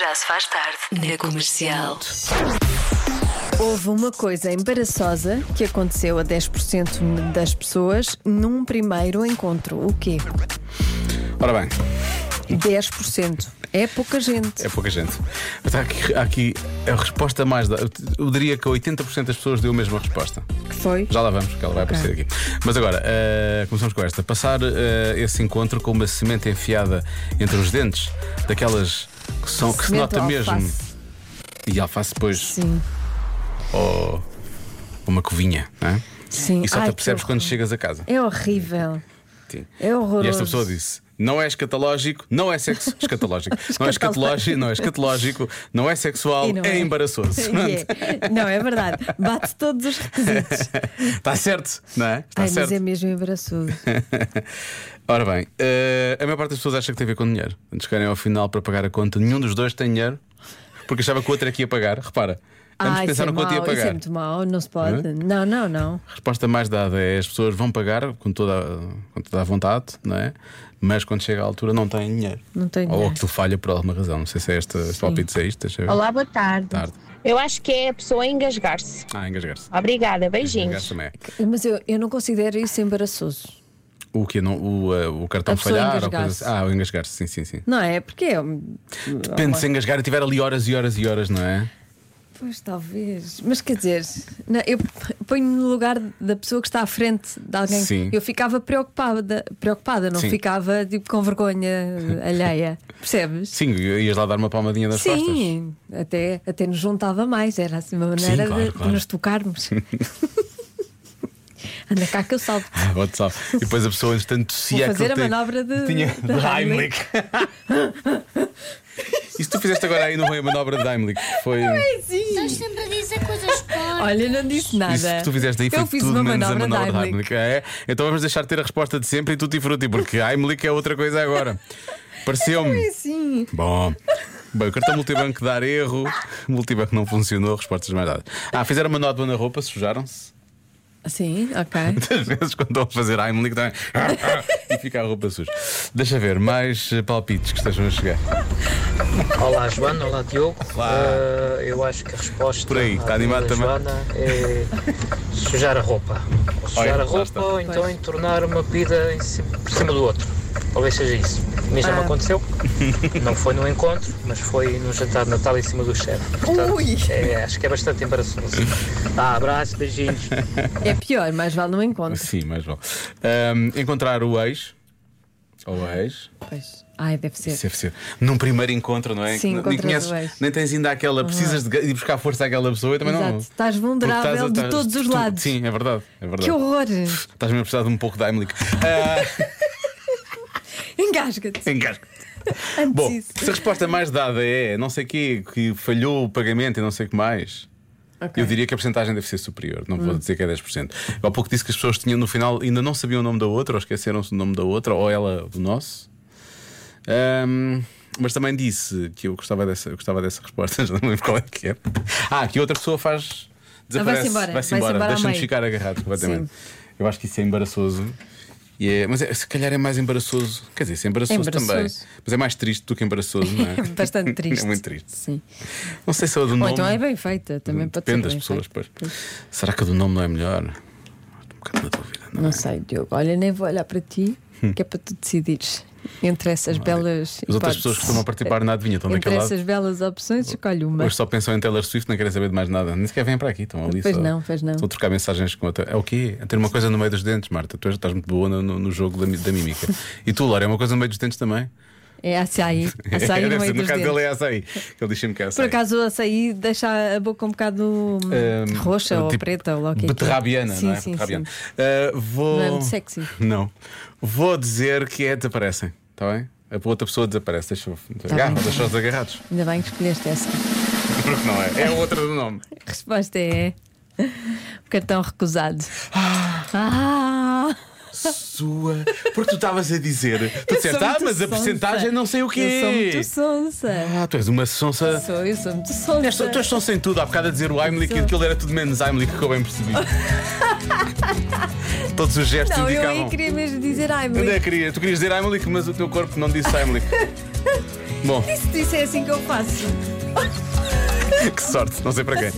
Já se faz tarde na comercial. Houve uma coisa embaraçosa que aconteceu a 10% das pessoas num primeiro encontro. O quê? Ora bem, 10%. É pouca gente. é pouca gente. Mas há aqui, há aqui a resposta mais. da- Eu diria que 80% das pessoas deu a mesma resposta. Que foi? Já é lá vamos, que ela vai aparecer aqui. Mas agora, eh, começamos com esta. Passar eh, esse encontro com uma semente enfiada entre os dentes, daquelas que, são, que se Semente nota ou mesmo. alface? E alface depois, Sim. ou uma covinha, não é? Sim. E só Ai, te que apercebes horror. quando chegas a casa. É horrível. Sim. É horroroso. E esta pessoa disse: não é escatológico, não é sexo. Escatológico. não é escatológico, não é escatológico, não é sexual, E não é, é. embaraçoso. E é. Não, é verdade. Bate todos os requisitos. Está certo, não é? Está Ai, mas Tá certo. é mesmo embaraçoso. Ora bem, eh, a maior parte das pessoas acha que tem a ver com dinheiro. Quando chegarem ao final para pagar a conta, nenhum dos dois tem dinheiro, porque achava que o outro é que ia pagar. Repara, antes Ah, isso é pensaram no quanto ia mau. Isso é pagar. muito mau. Não se pode. Não, não, não. A resposta mais dada é as pessoas vão pagar com toda, a- com toda a vontade, não é? Mas quando chega à altura não têm dinheiro. Não têm Ou dinheiro. aquilo falha por alguma razão. Não sei se é este, este palpite se é isto. Deixa eu ver. Olá, boa tarde. Tarde. Eu acho que é a pessoa engasgar-se. Ah, engasgar-se. Obrigada, Engasgar-se beijinhos. também. é. Mas eu, eu não considero isso embaraçoso. O que não, o, eh, o cartão A pessoa falhar ou coisa engasgar-se. assim. Ah, o engasgar-se, sim, sim, sim. Não é? Porque é. um- Depende se engasgar e tiver ali horas e horas e horas, não é? Pois talvez. Mas quer dizer, não, eu ponho-me no lugar da pessoa que está à frente de alguém. Sim. Eu ficava preocupada, preocupada não Sim. ficava tipo com vergonha alheia. Percebes? Sim, ias lá dar uma palmadinha nas costas. Sim, até, até nos juntava mais, era assim uma maneira Sim, claro, de, de claro. nos tocarmos. Anda cá que eu salto. Ah, bote sal. E depois a pessoa, entretanto, tossia Vou fazer aquilo a que tem- manobra de- Tinha de Heimlich. e se tu fizeste agora aí, não foi a manobra de Heimlich? Foi. é Estás sempre a dizer coisas porcas. Olha, não disse nada. Isso que tu fizeste aí eu foi fiz tudo uma menos manobra, a manobra de de Heimlich. Heimlich. É? Então vamos deixar de ter a resposta de sempre e tutti frutti, porque Heimlich é outra coisa agora. É Pareceu-me. Sim, Bom. Bem, o cartão multibanco dar erro, multibanco não funcionou, respostas mais dadas. Ah, fizeram uma nódoa na roupa, sujaram-se. sim, ok. Muitas vezes quando estão a fazer Heimlich também. e fica a roupa suja. Deixa ver, mais eh, palpites que estejam a chegar. Olá Joana, olá Diogo. Olá. Eh, eu acho que a resposta Por aí, está animado da também? Joana é sujar a roupa. Ou sujar Olha, a lá roupa está. ou então entornar uma pida em ci- por cima do outro. Talvez seja isso. A mim já me Ah. aconteceu. Não foi no encontro, mas foi no jantar de Natal em cima do chefe. Portanto, Ui. é, acho que é bastante embaraçoso. Tá, abraço, beijinhos. É pior, mais vale não encontro. Sim, mas bom. Ahm, encontrar o ex. Ou a ex. Pois. Ai, deve ser. Isso deve ser. Num primeiro encontro, não é? Sim, Que nem, encontras conheces, o ex. Uhum. nem tens ainda aquela. Precisas de, ir buscar força àquela pessoa e também não. Exato. Estás porque vulnerável estás a- de estás- todos os tu- lados. Sim, é verdade. É verdade. Que horror! Estás mesmo a precisar de um pouco de Heimlich. Ah, Engasga-te. engasgo. Antes Bom, disso. se a resposta mais dada é não sei o quê, que falhou o pagamento e não sei o que mais, Ok. Hum. eu diria que a porcentagem deve ser superior. Não vou dizer que é 10%. Eu há pouco disse que as pessoas tinham no final ainda não sabiam o nome da outra, ou esqueceram-se do nome da outra, ou ela do nosso. Ahm, mas também disse que eu gostava dessa, eu gostava dessa resposta, já não me lembro qual é que é. Ah, que outra pessoa faz. Desaparece, embora, vai-se vai-se embora, embora ao deixa-nos meio. ficar agarrados completamente. Sim. Eu acho que isso é embaraçoso. E é- mas é- se calhar é mais embaraçoso. Quer dizer, isso é embaraçoso, Embaraçoso. também. Mas é mais triste do que embaraçoso, não é? Bastante triste. É muito triste. Sim. Não sei se é o do Ou nome. então é bem feita, também pode ser. Depende das bem pessoas, feita. pois. Será que a do nome não é melhor? Estou um bocado na dúvida, não é? Não sei, Diogo. Olha, nem vou olhar para ti, que é para tu decidires. Entre essas belas. Hum. As outras hipóteses. pessoas que estão a participar na adivinha estão Entre daquele lado. essas belas opções, escolhe uma. Hoje só pensam em Taylor Swift, não querem saber de mais nada. Nem sequer vêm para aqui, estão ali Pois só. não, pois não. Estão a trocar mensagens com outra. É o quê? É ter uma coisa no meio dos dentes, Marta. Tu és- estás muito boa no, no- no jogo da, mi- da mímica. E tu, Laura, é uma coisa no meio dos dentes também? É açaí. Açaí Deve no ser, meio no dos caso dedos. dele é açaí. Ele diz-me que é Por açaí. acaso, o açaí deixa a boca um bocado hum, Ahm, roxa ou tipo preta ou lá o que é que é. Beterrabiana, sim, não é? Sim, Beterrabiana. sim. Ah, vou... Não é muito sexy. Não. Vou dizer que é desaparecem, está bem? A outra pessoa desaparece, deixa-os Tá bem. deixa agarrados. Ainda bem que escolheste essa. Porque não é. É outra do nome. A resposta é. O cartão recusado. Ah! Sua. Porque tu estavas a dizer. Tu Eu disseste, sou ah, muito mas a sonsa. percentagem não sei o Eu sou quê. muito sonsa. Ah, tu és uma sonsa. Sou, eu sou muito És- sonsa. Tu és sonsa em tudo. Há bocado a dizer o Heimlich e sou. aquilo era tudo menos Heimlich, que eu bem percebi. Todos os gestos Não, eu é indicavam. aí queria mesmo dizer, ai, Onde é mas que queria? Tu querias dizer Heimlich, mas o teu corpo não disse Heimlich. Bom, Isso, isso é assim que eu faço. que sorte, não sei para quem.